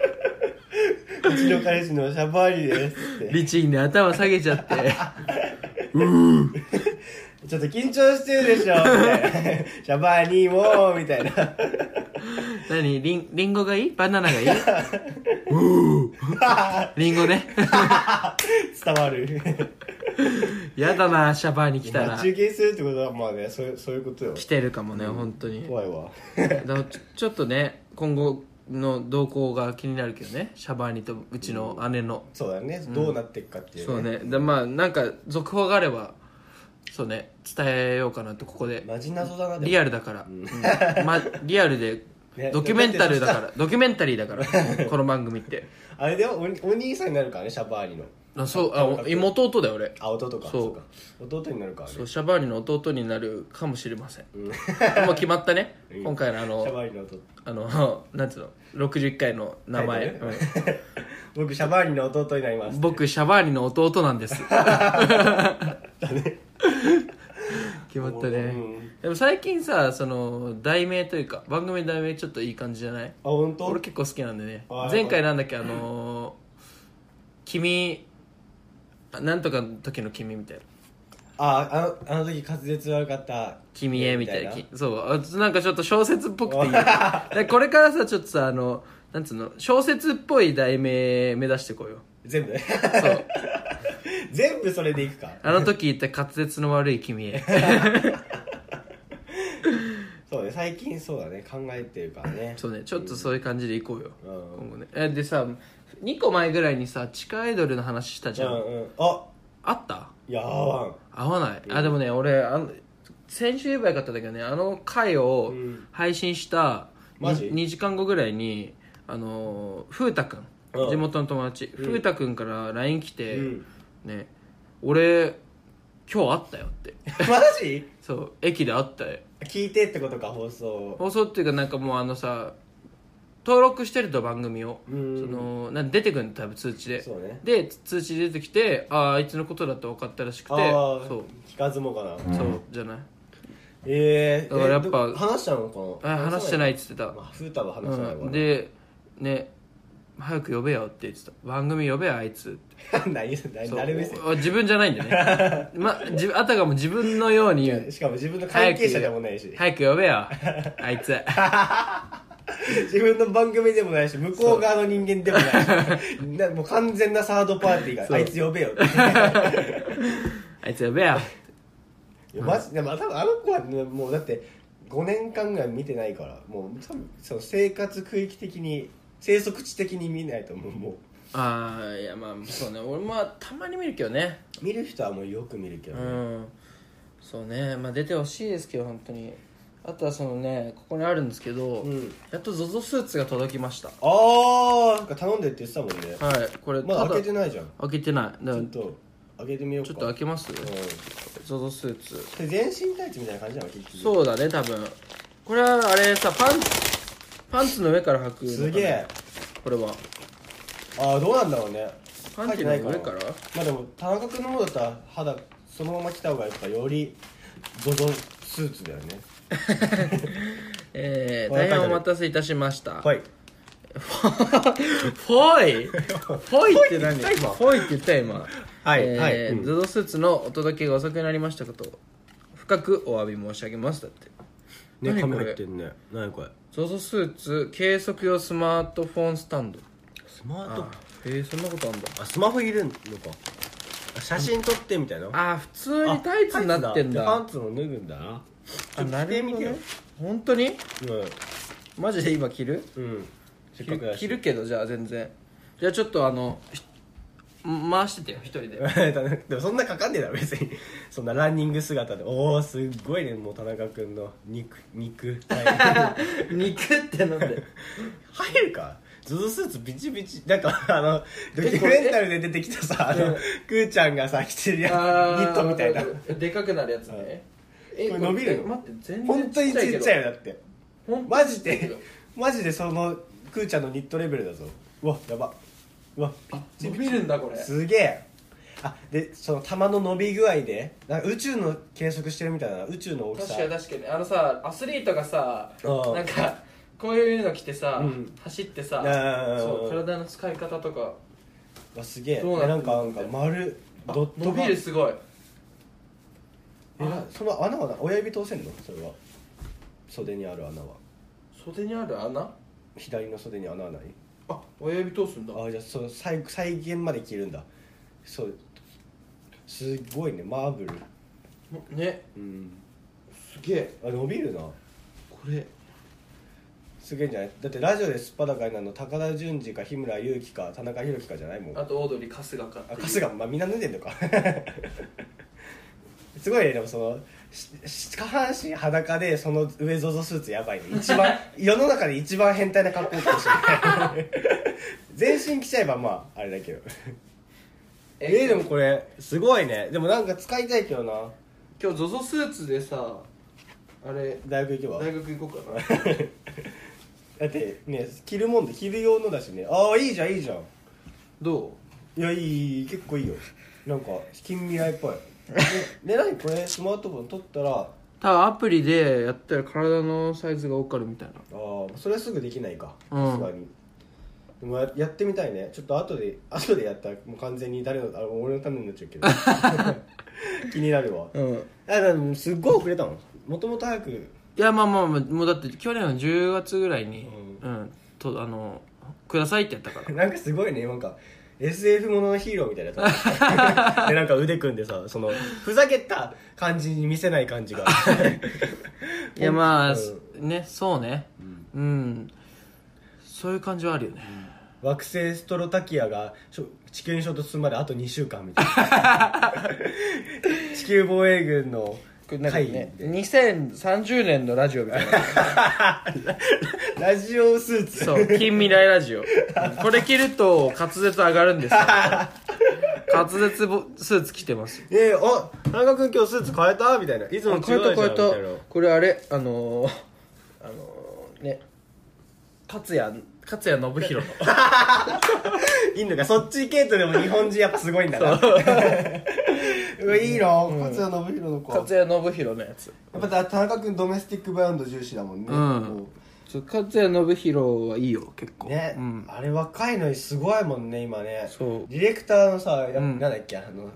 [SPEAKER 1] 「うちの彼氏のシャバーニです」って
[SPEAKER 2] リチンで頭下げちゃ って
[SPEAKER 1] 「ちょっと緊張してるでしょ」みたいな「シャバーニも」みたいな
[SPEAKER 2] 何リンリンゴがいいバナナがいいうーリンゴね
[SPEAKER 1] 伝わる
[SPEAKER 2] やだなシャバーに来たら
[SPEAKER 1] 待ち受けするってことはまあねそういうそういうことよ
[SPEAKER 2] 来てるかもね本当に
[SPEAKER 1] 怖いわ
[SPEAKER 2] だからちょちょっとね今後の動向が気になるけどねシャバーニとうちの姉の、
[SPEAKER 1] そうだねどうなっていくかっていう
[SPEAKER 2] そうねでまあなんか続報があればそうね伝えようかなとここで
[SPEAKER 1] マジ謎だなでも
[SPEAKER 2] リアルだから、うんま、リアルで
[SPEAKER 1] ね
[SPEAKER 2] ドキュメンタルだからドキュメンタリーだから この番組って
[SPEAKER 1] あれでもおお兄さんになるからねシャバーニの
[SPEAKER 2] あそうあお妹弟だよ俺
[SPEAKER 1] あ弟か
[SPEAKER 2] そう
[SPEAKER 1] か弟になるからね
[SPEAKER 2] そうシャバーニの弟になるかもしれません、もう決まったね 今回のあ
[SPEAKER 1] シャ
[SPEAKER 2] の
[SPEAKER 1] バーニの弟
[SPEAKER 2] あの なんつうの61回の名前、
[SPEAKER 1] タイト 僕シャバーニの弟になりま
[SPEAKER 2] う
[SPEAKER 1] す
[SPEAKER 2] ん僕シャバーニの弟なんです決まったね、
[SPEAKER 1] うん
[SPEAKER 2] でも最近さその題名というか番組の題名ちょっといい感じじゃない
[SPEAKER 1] あ本当
[SPEAKER 2] 俺結構好きなんでね
[SPEAKER 1] あ
[SPEAKER 2] 前回なんだっけあのー君あなんとかの時の君みたいな
[SPEAKER 1] ああのあの時滑舌悪かった
[SPEAKER 2] 君へみたいな
[SPEAKER 1] み
[SPEAKER 2] そうあなんかちょっと小説っぽくていい でこれからさちょっとさあのなんつうの小説っぽい題名目指してこうよ
[SPEAKER 1] 全部
[SPEAKER 2] そう
[SPEAKER 1] 全部それでいくか
[SPEAKER 2] あの時言った滑舌の悪い君へ
[SPEAKER 1] そうね最近そうだね考えてるからね
[SPEAKER 2] そうねちょっとそういう感じでいこうよ
[SPEAKER 1] うん
[SPEAKER 2] 今後ねえでさ2個前ぐらいにさ地下アイドルの話したじ
[SPEAKER 1] う
[SPEAKER 2] ゃん、
[SPEAKER 1] んうんあ
[SPEAKER 2] あった
[SPEAKER 1] やわ
[SPEAKER 2] 合わない、あでもね俺あの先週言えばよかったんだけどねあの回を
[SPEAKER 1] うん
[SPEAKER 2] 配信した、
[SPEAKER 1] マジ
[SPEAKER 2] に 2, 時間後ぐらいにあのー風太くん
[SPEAKER 1] うん
[SPEAKER 2] 地元の友達、
[SPEAKER 1] ん
[SPEAKER 2] 風太くんから LINE 来て、
[SPEAKER 1] うん
[SPEAKER 2] ね俺今日会ったよって
[SPEAKER 1] マジ
[SPEAKER 2] そう駅で会ったよ
[SPEAKER 1] 聞いてってことか放送
[SPEAKER 2] 放送っていうかなんかもうあのさ登録してると番組を、
[SPEAKER 1] うん
[SPEAKER 2] そのなん出てくるの多分通知で
[SPEAKER 1] そうね
[SPEAKER 2] で通知出てきてあああいつのことだと分かったらしくて
[SPEAKER 1] ああ
[SPEAKER 2] そう
[SPEAKER 1] 聞かずもかな
[SPEAKER 2] そうじゃない
[SPEAKER 1] ええ
[SPEAKER 2] だからやっぱ
[SPEAKER 1] えど話したのか
[SPEAKER 2] あ
[SPEAKER 1] な
[SPEAKER 2] 話してないっつってた、
[SPEAKER 1] まあ風太は話さないうわ
[SPEAKER 2] ん、でね早く呼べよって言ってた番組呼べよあいつって
[SPEAKER 1] 何何誰目線
[SPEAKER 2] そうお自分じゃないん だね、ま、自あたかも自分のように言う
[SPEAKER 1] しかも自分の関係者でもないし
[SPEAKER 2] 早く呼べよあいつ
[SPEAKER 1] 自分の番組でもないし向こう側の人間でもないし なもう完全なサードパーティーが
[SPEAKER 2] そう
[SPEAKER 1] あいつ呼べよって
[SPEAKER 2] あいつ呼べよ
[SPEAKER 1] いやマジでも多分あの子はねもうだって5年間ぐらい見てないからもう多分その生活区域的に生息地的に見ないと思うも
[SPEAKER 2] ああいやまあそうね俺まあたまに見るけどね
[SPEAKER 1] う見る人はもうよく見るけど、
[SPEAKER 2] うんそうねまあ出てほしいですけど本当にあとはそのねここにあるんですけど、
[SPEAKER 1] うん
[SPEAKER 2] やっと ZOZO スーツが届きました
[SPEAKER 1] ああなんか頼んでって言ってたもんね
[SPEAKER 2] はいこれ
[SPEAKER 1] まだ開けて
[SPEAKER 2] て
[SPEAKER 1] ないじゃん
[SPEAKER 2] 開けてないだ
[SPEAKER 1] ち
[SPEAKER 2] か
[SPEAKER 1] ょっ
[SPEAKER 2] ら
[SPEAKER 1] と開けてみよう
[SPEAKER 2] ち
[SPEAKER 1] か
[SPEAKER 2] ょっと開けます
[SPEAKER 1] う
[SPEAKER 2] ZOZO スーツ
[SPEAKER 1] んで全身タイツみたいな感じなの結局
[SPEAKER 2] そうだね多分これはあれさパンツパンツの上から履くのかな
[SPEAKER 1] すげえ
[SPEAKER 2] これは
[SPEAKER 1] ああどうなんだろうね
[SPEAKER 2] パンツの上から
[SPEAKER 1] まあでも田中君のものだったら肌そのまま着た方がやっぱよりゾゾスーツだよね
[SPEAKER 2] えー、
[SPEAKER 1] わか
[SPEAKER 2] 大
[SPEAKER 1] る
[SPEAKER 2] 変お待たせいたしました
[SPEAKER 1] はい
[SPEAKER 2] フォイフォイって何
[SPEAKER 1] フォイって言った今
[SPEAKER 2] フォイって言った今
[SPEAKER 1] はい
[SPEAKER 2] えー
[SPEAKER 1] はいうん
[SPEAKER 2] ゾゾスーツのお届けが遅くなりましたこと深くお詫び申し上げますだって
[SPEAKER 1] ね
[SPEAKER 2] 何これ
[SPEAKER 1] 亀入ってんね何これ
[SPEAKER 2] ゾゾスーツ計測用スマートフォンスタンド
[SPEAKER 1] スマート
[SPEAKER 2] あへえそんなことあんだ
[SPEAKER 1] あスマホ入れんのかあ写真撮ってみたいな
[SPEAKER 2] あー普通にタイツになってんだ
[SPEAKER 1] パンツも脱ぐんだな
[SPEAKER 2] あな
[SPEAKER 1] 着て
[SPEAKER 2] る
[SPEAKER 1] み
[SPEAKER 2] ほど
[SPEAKER 1] てよ
[SPEAKER 2] ね本当に
[SPEAKER 1] う
[SPEAKER 2] マジで今着る
[SPEAKER 1] んうんせっ
[SPEAKER 2] 着
[SPEAKER 1] かく
[SPEAKER 2] る
[SPEAKER 1] だ
[SPEAKER 2] 着
[SPEAKER 1] し
[SPEAKER 2] るけどじゃあ全然じゃあちょっとあのひ回しててよ一人 で
[SPEAKER 1] でもそんなかかんねえだろ別にそんなランニング姿でおおすっごいねもう田中君の肉肉体
[SPEAKER 2] 肉ってなんで
[SPEAKER 1] 入るかゾゾスーツビチビチなんかあのド
[SPEAKER 2] え
[SPEAKER 1] キュメンタルで出てきたさあ
[SPEAKER 2] うん
[SPEAKER 1] のくーちゃんがさ着てるやつニ
[SPEAKER 2] あー
[SPEAKER 1] ットみたいな
[SPEAKER 2] でかくなるやつねえ
[SPEAKER 1] これ伸びるの
[SPEAKER 2] え待って全然
[SPEAKER 1] 本当にちっちゃいよだって
[SPEAKER 2] ほん
[SPEAKER 1] マジでマジでそのくーちゃんのニットレベルだぞうわやばうわ
[SPEAKER 2] あ伸びるんだこれ
[SPEAKER 1] すげえあでその球の伸び具合でなんか宇宙の計測してるみたいな宇宙の大き
[SPEAKER 2] 確
[SPEAKER 1] さ
[SPEAKER 2] かに確かにあのさアスリートがさ
[SPEAKER 1] うん
[SPEAKER 2] なんかこういうの着てさ、
[SPEAKER 1] うん
[SPEAKER 2] 走って
[SPEAKER 1] う
[SPEAKER 2] さ
[SPEAKER 1] ん
[SPEAKER 2] そう体の使い方とか
[SPEAKER 1] わすげえ
[SPEAKER 2] どう
[SPEAKER 1] な
[SPEAKER 2] なっ
[SPEAKER 1] ん
[SPEAKER 2] てる
[SPEAKER 1] か
[SPEAKER 2] の
[SPEAKER 1] なんか丸
[SPEAKER 2] あ
[SPEAKER 1] ドット
[SPEAKER 2] 伸びるすごい
[SPEAKER 1] えなその穴はな親指通せんのそれは袖にある穴は
[SPEAKER 2] 袖にある穴
[SPEAKER 1] 左の袖に穴はない
[SPEAKER 2] あ親指通すんだ
[SPEAKER 1] あじゃあその再再現まで着るんだそうすごいねマーブル
[SPEAKER 2] ね
[SPEAKER 1] うん
[SPEAKER 2] すげえ
[SPEAKER 1] あ伸びるな
[SPEAKER 2] これ
[SPEAKER 1] すげえんじゃないだってラジオですっぱだかになるの高田純次か日村勇紀か田中裕樹かじゃないもん
[SPEAKER 2] あとオードリー春日かってい
[SPEAKER 1] あ
[SPEAKER 2] う
[SPEAKER 1] 春日まあみんな脱いでんのか すごいねでもそのしし下半身裸でその上ゾゾスーツやばいね一番 世の中で一番変態な格好かもしれない 全身着ちゃえばまああれだけどえー、でもこれすごいねでもなんか使いたいけどな
[SPEAKER 2] 今日 ZOZO スーツでさあれ
[SPEAKER 1] 大学行けば
[SPEAKER 2] 大学行こうかな
[SPEAKER 1] だってね着るもんで着る用のだしねああいいじゃんいいじゃん
[SPEAKER 2] ど
[SPEAKER 1] いやいいいい結構いいよなんか近未来っ ぽいでで何これスマートフォン取ったらあ
[SPEAKER 2] う多分アプリでやったら体のサイズが分かるみたいな
[SPEAKER 1] ーそれはすぐできないか
[SPEAKER 2] うん
[SPEAKER 1] さすがにでもややってみたいねちょっと後で 後でやったらもう完全に誰のあ俺のためになっちゃう けど気になるわ
[SPEAKER 2] うんい
[SPEAKER 1] あでもすっごい遅れたもんもともと早く
[SPEAKER 2] やまあまあまあもうだって去年の10月ぐらいに
[SPEAKER 1] う
[SPEAKER 2] うん、とあのく ださいってやったか ら
[SPEAKER 1] なんかすごいねなんか SF もののヒーローみたいなやつ でなんか腕組んでさそのふざけた感じに見せない感じが
[SPEAKER 2] いやまあ、
[SPEAKER 1] う
[SPEAKER 2] ねそうねうん、そういう感じはあるよね、
[SPEAKER 1] 惑星ストロタキアがしょ地球に衝突するまであと2週間みたい な地球防衛軍の会議で、
[SPEAKER 2] 2030年のラジオみたいな
[SPEAKER 1] ラジオスーツ
[SPEAKER 2] そう近未来ラジオこれ着ると滑舌上がるんです よ滑舌ぼスーツ着てます
[SPEAKER 1] えー、あ田中君今日スーツ変えたみたいないつも違
[SPEAKER 2] あ
[SPEAKER 1] うじゃ
[SPEAKER 2] これ
[SPEAKER 1] んみたい
[SPEAKER 2] とこれと
[SPEAKER 1] な
[SPEAKER 2] これあれあのー、あのー、ね勝谷勝谷信 弘の
[SPEAKER 1] いいのかそっち系統でも日本人やっぱすごいんだな うわいいな勝谷信弘の子
[SPEAKER 2] 勝谷信弘のやつ
[SPEAKER 1] やっぱだ田中君ドメスティックブランド重視だもんね、
[SPEAKER 2] うん
[SPEAKER 1] も
[SPEAKER 2] ちょ勝谷信弘はいいよ結
[SPEAKER 1] う
[SPEAKER 2] 構
[SPEAKER 1] ね、
[SPEAKER 2] うん、
[SPEAKER 1] あれ若いのにすごいもんね今ね
[SPEAKER 2] そう
[SPEAKER 1] ディレクターのさ、や
[SPEAKER 2] うん
[SPEAKER 1] なんだっけあの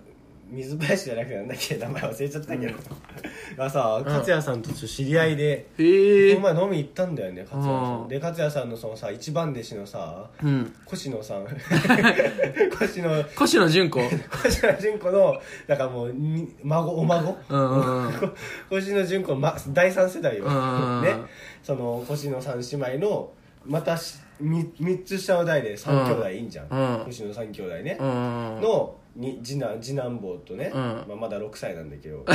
[SPEAKER 1] 水林じゃなくてなんだっけ名前忘れちゃったけど、 がさ勝谷さんとちょっと知り合いで、
[SPEAKER 2] へえ
[SPEAKER 1] この前飲み行ったんだよね勝谷さ
[SPEAKER 2] あー
[SPEAKER 1] んで勝谷さんのそのさ一番弟子のさ
[SPEAKER 2] うん
[SPEAKER 1] 越野 さん越野
[SPEAKER 2] 越野純 子
[SPEAKER 1] 越野純子のだからもうに孫お孫
[SPEAKER 2] うんうんうん
[SPEAKER 1] 星野純子、ま、第三世代よ、
[SPEAKER 2] うん
[SPEAKER 1] ねその星野三姉妹のまたしみ三つ下の代で三兄弟いいんじゃん、
[SPEAKER 2] うん
[SPEAKER 1] 星野三兄弟ね
[SPEAKER 2] う、ん
[SPEAKER 1] のに次男次男坊とね、
[SPEAKER 2] うん
[SPEAKER 1] まあ、まだ6歳なんだけど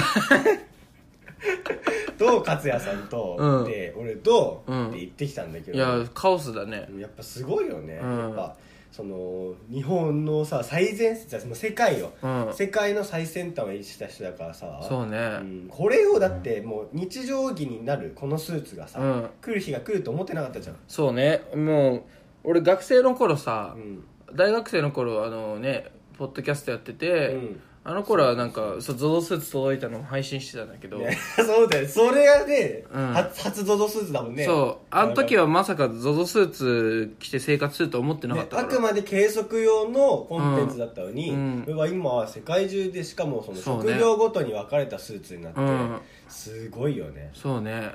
[SPEAKER 1] と勝也さん
[SPEAKER 2] う
[SPEAKER 1] と
[SPEAKER 2] ん
[SPEAKER 1] で俺と
[SPEAKER 2] うん
[SPEAKER 1] って行ってきたんだけ
[SPEAKER 2] い
[SPEAKER 1] ど
[SPEAKER 2] やカオスだね
[SPEAKER 1] やっぱすごいよね、
[SPEAKER 2] うん
[SPEAKER 1] やっぱその日本のさ最前線じゃあその世界を、
[SPEAKER 2] うん
[SPEAKER 1] 世界の最先端を演じた人だからさ
[SPEAKER 2] そうね
[SPEAKER 1] んこれをだってもう日常着になるこのスーツがさ、
[SPEAKER 2] うん
[SPEAKER 1] 来る日が来ると思ってなかったじゃん、
[SPEAKER 2] そうねもう俺学生の頃さ
[SPEAKER 1] う、ん
[SPEAKER 2] 大学生の頃あのねポッドキャストやってて、
[SPEAKER 1] うん
[SPEAKER 2] あの頃はなんかそう ZOZO スーツ届いたのを配信してたんだけど、
[SPEAKER 1] ね そうだよそれがね、
[SPEAKER 2] うん
[SPEAKER 1] 初初ゾゾスーツだもんね
[SPEAKER 2] そうあの時はまさか ZOZO スーツ着て生活すると思ってなか
[SPEAKER 1] ね
[SPEAKER 2] ったか
[SPEAKER 1] あ
[SPEAKER 2] ら、
[SPEAKER 1] くまで計測用のコンテンツだったのに、
[SPEAKER 2] うん
[SPEAKER 1] これは今は世界中でしかもその
[SPEAKER 2] そうね
[SPEAKER 1] 職業ごとに分かれたスーツになって、
[SPEAKER 2] うん
[SPEAKER 1] すごいよね、
[SPEAKER 2] そうね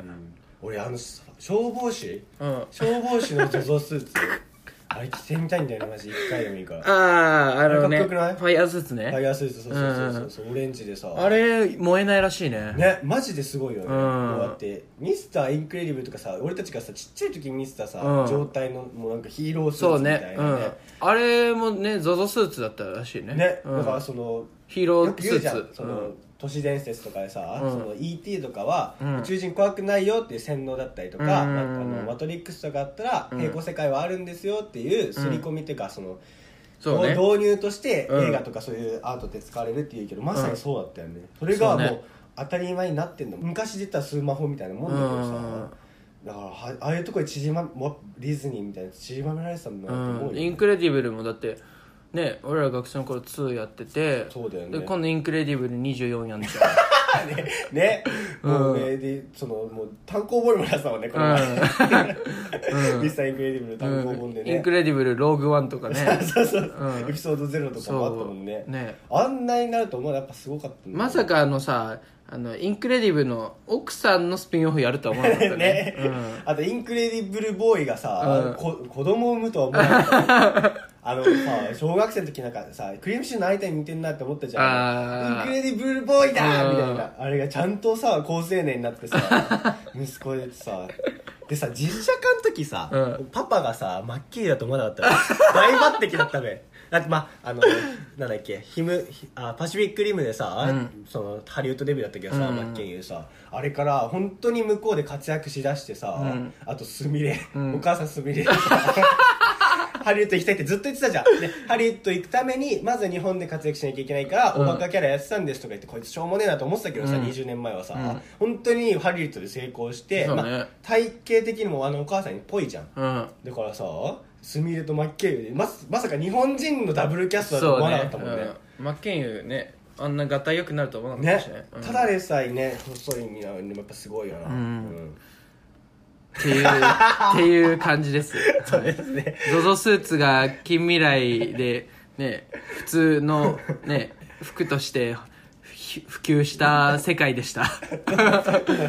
[SPEAKER 1] 俺あのさ消防士
[SPEAKER 2] うん、あ
[SPEAKER 1] 消防士の ゾゾスーツあれ着てみたいんだよねマジ一回でもいいからフ
[SPEAKER 2] ああのね
[SPEAKER 1] か
[SPEAKER 2] フ
[SPEAKER 1] っこよくない
[SPEAKER 2] ァイヤースーツね、
[SPEAKER 1] ァイヤースーツそうそうそうそうそう、オレンジでさ
[SPEAKER 2] あれ燃えないらしいね
[SPEAKER 1] ねマジですごいよね、
[SPEAKER 2] うん
[SPEAKER 1] こうやってミスターインクレディブルとかさ俺たちがさちっちゃい時に見てたさ、
[SPEAKER 2] うん
[SPEAKER 1] 状態のもうなんかヒーロース
[SPEAKER 2] そ
[SPEAKER 1] ー
[SPEAKER 2] う
[SPEAKER 1] ツみた
[SPEAKER 2] ね
[SPEAKER 1] い
[SPEAKER 2] うん
[SPEAKER 1] なね
[SPEAKER 2] あれもね ZOZO スーツだったらしいね
[SPEAKER 1] ね、
[SPEAKER 2] うん
[SPEAKER 1] だからその
[SPEAKER 2] ヒーロ
[SPEAKER 1] よ
[SPEAKER 2] ー
[SPEAKER 1] く
[SPEAKER 2] ス
[SPEAKER 1] 言うじゃ
[SPEAKER 2] ー
[SPEAKER 1] ん
[SPEAKER 2] ツ
[SPEAKER 1] その、
[SPEAKER 2] うん
[SPEAKER 1] 都市伝説とかでさ、
[SPEAKER 2] うん
[SPEAKER 1] その ET とかは、
[SPEAKER 2] うん
[SPEAKER 1] 宇宙人怖くないよっていう洗脳だったりとか,、
[SPEAKER 2] うん
[SPEAKER 1] なんかあのマトリックスとかあったら、
[SPEAKER 2] うん
[SPEAKER 1] 平行世界はあるんですよっていう刷り込みっていうか、その
[SPEAKER 2] そうね
[SPEAKER 1] 導入として
[SPEAKER 2] うん
[SPEAKER 1] 映画とかそういうアートって使われるっていうけど、まさにそうだったよねそれがもう
[SPEAKER 2] そうね
[SPEAKER 1] 当たり前になってんの昔出たスマホみたいなもんだけどさ、だからはああいうとこで縮まもディズニーみたいな縮まめられてたんだ
[SPEAKER 2] う
[SPEAKER 1] なって
[SPEAKER 2] ん
[SPEAKER 1] 思う
[SPEAKER 2] う
[SPEAKER 1] よ
[SPEAKER 2] ん
[SPEAKER 1] ね
[SPEAKER 2] インクレディブルもだってね俺ら学生の頃2やってて
[SPEAKER 1] そうだよね
[SPEAKER 2] で今度インクレディブル24やんじ
[SPEAKER 1] ね、
[SPEAKER 2] うん
[SPEAKER 1] もうねでそのもう単行本もらったもんねこの前、 ミスターインクレディブル
[SPEAKER 2] ゃ
[SPEAKER 1] 単
[SPEAKER 2] ん、
[SPEAKER 1] 行
[SPEAKER 2] う
[SPEAKER 1] 本
[SPEAKER 2] ん
[SPEAKER 1] で
[SPEAKER 2] イン
[SPEAKER 1] ね、
[SPEAKER 2] クレディブルローグワンとかね
[SPEAKER 1] そうそう、
[SPEAKER 2] うん
[SPEAKER 1] エピソードゼロとかもあったもんね
[SPEAKER 2] そうね
[SPEAKER 1] あんなになると思うやっぱすごかったんだ
[SPEAKER 2] まさかあのさあのインクレディブルの奥さんのスピンオフやるとは思わなかったね
[SPEAKER 1] ね、
[SPEAKER 2] うん
[SPEAKER 1] あとインクレディブルボーイがさ、
[SPEAKER 2] うん
[SPEAKER 1] こ子供を産むとは思わなか ったあのさ小学生の時なんかさクリームシチューの相手に似てんなって思ったじゃ
[SPEAKER 2] あ
[SPEAKER 1] んイン
[SPEAKER 2] ー
[SPEAKER 1] クレディブルボーイだ
[SPEAKER 2] うん
[SPEAKER 1] みたいなあれがちゃんとさ高青年になって さ息子でさでさ実写化の時さ、
[SPEAKER 2] う
[SPEAKER 1] パパがさマッキーだと思わなかったの大抜擢だったべだってまああのなんだっけヒムヒあパシフィックリムでさ、
[SPEAKER 2] うん
[SPEAKER 1] そのハリウッドデビューだったけどさ、
[SPEAKER 2] うん
[SPEAKER 1] マッキーいうさあれから本当に向こうで活躍しだしてさ、
[SPEAKER 2] うん
[SPEAKER 1] あとすみれ、
[SPEAKER 2] うん
[SPEAKER 1] お母さんすみ れハリウッド行きたいってずっと言ってたじゃん、ね、ハリウッド行くためにまず日本で活躍しなきゃいけないから、
[SPEAKER 2] うん
[SPEAKER 1] おバカキャラやってたんですとか言ってこいつしょうもねえなと思ってたけどさ、
[SPEAKER 2] うん
[SPEAKER 1] 20年前はさ、
[SPEAKER 2] うん
[SPEAKER 1] 本当にハリウッドで成功して、
[SPEAKER 2] そうね
[SPEAKER 1] まあ、体型的にもあのお母さんにっぽいじゃん
[SPEAKER 2] うん
[SPEAKER 1] だからさすみれとマッケイユでままさか日本人のダブルキャストだと思わなかったもんね
[SPEAKER 2] うん、マッケンユーねあんながた良くなるとは思わなかった
[SPEAKER 1] ね
[SPEAKER 2] しねうん
[SPEAKER 1] ただでさえね細いになるのもやっぱすごいよな、
[SPEAKER 2] うん
[SPEAKER 1] うん
[SPEAKER 2] っていうっていう感じです
[SPEAKER 1] そうですね
[SPEAKER 2] ゾゾスーツが近未来でね普通のね服としてひ普及した世界 でした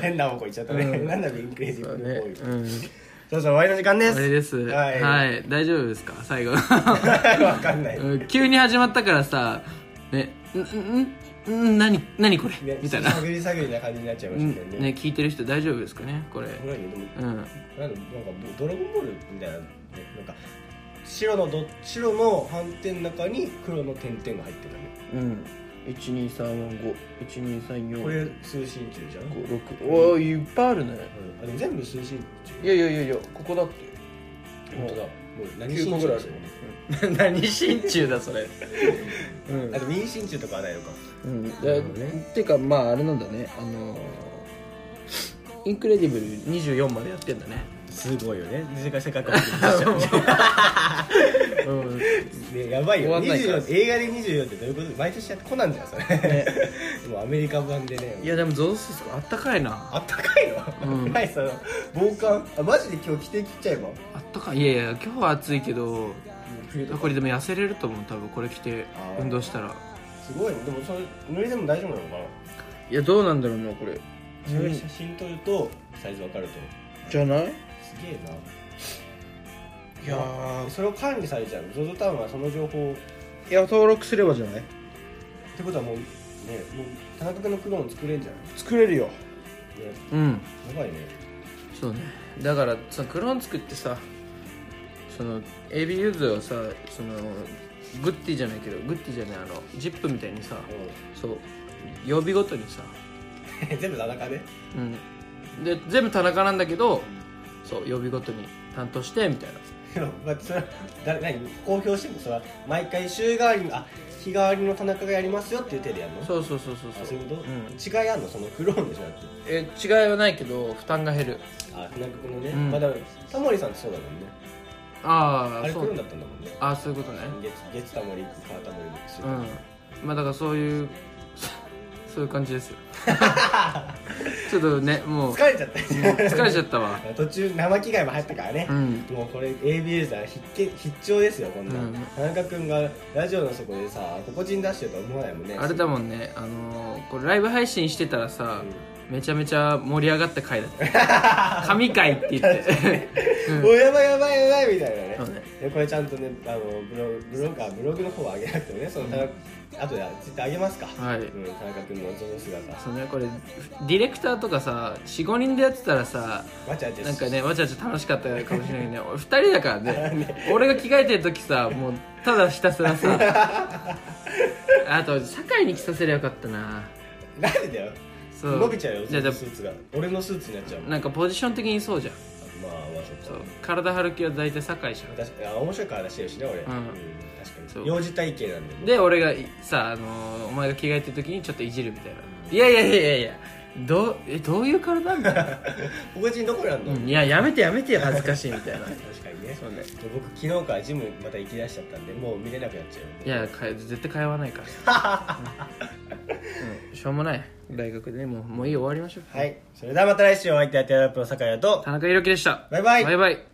[SPEAKER 1] 変な方向行っちゃったね、
[SPEAKER 2] うん
[SPEAKER 1] なんだインクレイジブ
[SPEAKER 2] そう
[SPEAKER 1] ルボ
[SPEAKER 2] ね
[SPEAKER 1] ーイ、
[SPEAKER 2] うん
[SPEAKER 1] そうそう終わりの時間で
[SPEAKER 2] あれ
[SPEAKER 1] す
[SPEAKER 2] です
[SPEAKER 1] は
[SPEAKER 2] はいい、大丈夫ですか最 後
[SPEAKER 1] わかんない、
[SPEAKER 2] うん急に始まったからさねんんん何何これ
[SPEAKER 1] ね
[SPEAKER 2] みたいな
[SPEAKER 1] 探り探りな感じになっちゃいま
[SPEAKER 2] うん
[SPEAKER 1] したけどね
[SPEAKER 2] ね聞いてる人大丈夫ですかねこれ
[SPEAKER 1] すごいねでも
[SPEAKER 2] う
[SPEAKER 1] なん
[SPEAKER 2] ん
[SPEAKER 1] かなんかドラゴンボールみたいなねなんか白のど白の斑点の中に黒の点々が入ってたね
[SPEAKER 2] うん123451234
[SPEAKER 1] これ通信中じゃん、うん、
[SPEAKER 2] おおいっぱいあるね
[SPEAKER 1] あれ全部通信中
[SPEAKER 2] いやいやいやいやここだって
[SPEAKER 1] 本当だもう何
[SPEAKER 2] 9
[SPEAKER 1] 信
[SPEAKER 2] 個
[SPEAKER 1] 中
[SPEAKER 2] ぐ
[SPEAKER 1] で
[SPEAKER 2] らいあ
[SPEAKER 1] す
[SPEAKER 2] る
[SPEAKER 1] よね
[SPEAKER 2] よ 何真鍮だそれうん
[SPEAKER 1] あでも妊娠中とかはないのか
[SPEAKER 2] うんだ
[SPEAKER 1] なるほどね
[SPEAKER 2] てかまああれなんだねあのーインクレディブル24までやってんだね
[SPEAKER 1] すごいよね世界世界観
[SPEAKER 2] うん
[SPEAKER 1] ね やばいよ
[SPEAKER 2] 終わんないから
[SPEAKER 1] 24映画で24ってどういうこと毎年やってこなんじゃんそれ、 もうアメリカ版でね
[SPEAKER 2] いやでもゾウスーツあったかいな
[SPEAKER 1] あったかいの、
[SPEAKER 2] うん
[SPEAKER 1] ないその防寒あマジで今日着てきちゃえば
[SPEAKER 2] あったかいいやいや今日は暑いけど
[SPEAKER 1] 冬とか
[SPEAKER 2] これでも痩せれると思う多分これ着て
[SPEAKER 1] あー
[SPEAKER 2] 運動したら
[SPEAKER 1] すごいねでもそれ濡れでも大丈夫なのかない
[SPEAKER 2] やどうなんだろうなこれ
[SPEAKER 1] それ写真撮るとサイズ分かると
[SPEAKER 2] じゃない
[SPEAKER 1] すげえない
[SPEAKER 2] やー
[SPEAKER 1] それを管理されちゃう ZOZO タウンはその情報をっ
[SPEAKER 2] いや登録すればじゃない
[SPEAKER 1] てことはもうねもう田中君のクローン作れんじゃん
[SPEAKER 2] 作れるよ
[SPEAKER 1] ね
[SPEAKER 2] うん
[SPEAKER 1] やばいね
[SPEAKER 2] そうねだからそのクローン作ってさその AB ユーズをさそのグッティじゃないけどグッティじゃないあのジップみたいにさ
[SPEAKER 1] う
[SPEAKER 2] そう曜日ごとにさ
[SPEAKER 1] 全部田中で
[SPEAKER 2] うんで全部田中なんだけどそう曜日ごとに担当してみたいな
[SPEAKER 1] でもまあそれは誰何公表してもそれは毎回週替わりのあ日替わりの田中がやりますよっていう手でやるの
[SPEAKER 2] そうそうそうそう
[SPEAKER 1] あ
[SPEAKER 2] そ
[SPEAKER 1] そうういうこと、
[SPEAKER 2] ん
[SPEAKER 1] 違いあんのそのクローンでしょだって
[SPEAKER 2] え違いはないけど負担が減る
[SPEAKER 1] あ田中君のね、
[SPEAKER 2] うん
[SPEAKER 1] まあでもタモリさんってそうだもんね
[SPEAKER 2] あ
[SPEAKER 1] あ
[SPEAKER 2] あ
[SPEAKER 1] れク
[SPEAKER 2] そ
[SPEAKER 1] ローン
[SPEAKER 2] う
[SPEAKER 1] だったんだもんね
[SPEAKER 2] あそういうことね
[SPEAKER 1] 月月タモリ火タモリミックス
[SPEAKER 2] うんまあだからそういう そういう感じです よちょっとねもう
[SPEAKER 1] 疲れちゃったよね
[SPEAKER 2] 疲れちゃったわ
[SPEAKER 1] 途中生着替えも入ったからね
[SPEAKER 2] う、ん
[SPEAKER 1] もうこれ ABS だ必見必聴ですよこんなん、
[SPEAKER 2] うん
[SPEAKER 1] 田中君がラジオの底でさここ人出してるとは思わないもんね
[SPEAKER 2] あれだもんねあのーこれライブ配信してたらさ、めちゃめちゃ盛り上がった回だった 神回って言って
[SPEAKER 1] もうやばいやばいやばいみたいなね
[SPEAKER 2] そうね
[SPEAKER 1] でこれちゃんとねあのブログブログかブログの方は上げなくてもねその田中、あとでツイッター上げますか、
[SPEAKER 2] はい
[SPEAKER 1] うん、田中君のその姿
[SPEAKER 2] そうねこれディレクターとかさ45人でやってたらさ
[SPEAKER 1] わちゃわちゃ
[SPEAKER 2] なんか
[SPEAKER 1] し
[SPEAKER 2] ねわちゃわちゃ楽しかったかもしれないけどね 俺2人だからね俺が着替えてる時さもうただひたすらさ あと堺に着させりゃよかったな
[SPEAKER 1] なんでだよ
[SPEAKER 2] そう
[SPEAKER 1] 伸びちゃうよ
[SPEAKER 2] じゃあじゃ
[SPEAKER 1] スーツが俺のスーツになっちゃうも
[SPEAKER 2] あ
[SPEAKER 1] ん
[SPEAKER 2] なんかポジション的にそうじゃん
[SPEAKER 1] まあまあそっか
[SPEAKER 2] そう体張る気は大体堺じゃん
[SPEAKER 1] 確かにあ面白いからしてるしね俺、
[SPEAKER 2] うん
[SPEAKER 1] 確か
[SPEAKER 2] そう
[SPEAKER 1] に幼児体系なんで ね
[SPEAKER 2] で俺がいさ、あのーお前が着替えてる時にちょっといじるみたいないやいやいやいやいやどうえどういう体みた いな、
[SPEAKER 1] 黒人どこにあんの、
[SPEAKER 2] うんいややめてやめてよ恥ずかしいみたいな
[SPEAKER 1] 確かにね
[SPEAKER 2] そうね
[SPEAKER 1] 僕昨日からジムまた行き出しちゃったんでもう見れなくなっちゃうよ
[SPEAKER 2] いやか絶対通わないから、うん、しょうもない大学でねもうもういいよ終わりましょう
[SPEAKER 1] はいそれではまた来週お相手はテラップの酒屋と
[SPEAKER 2] 田中裕樹でした
[SPEAKER 1] バイバイ
[SPEAKER 2] バイバイ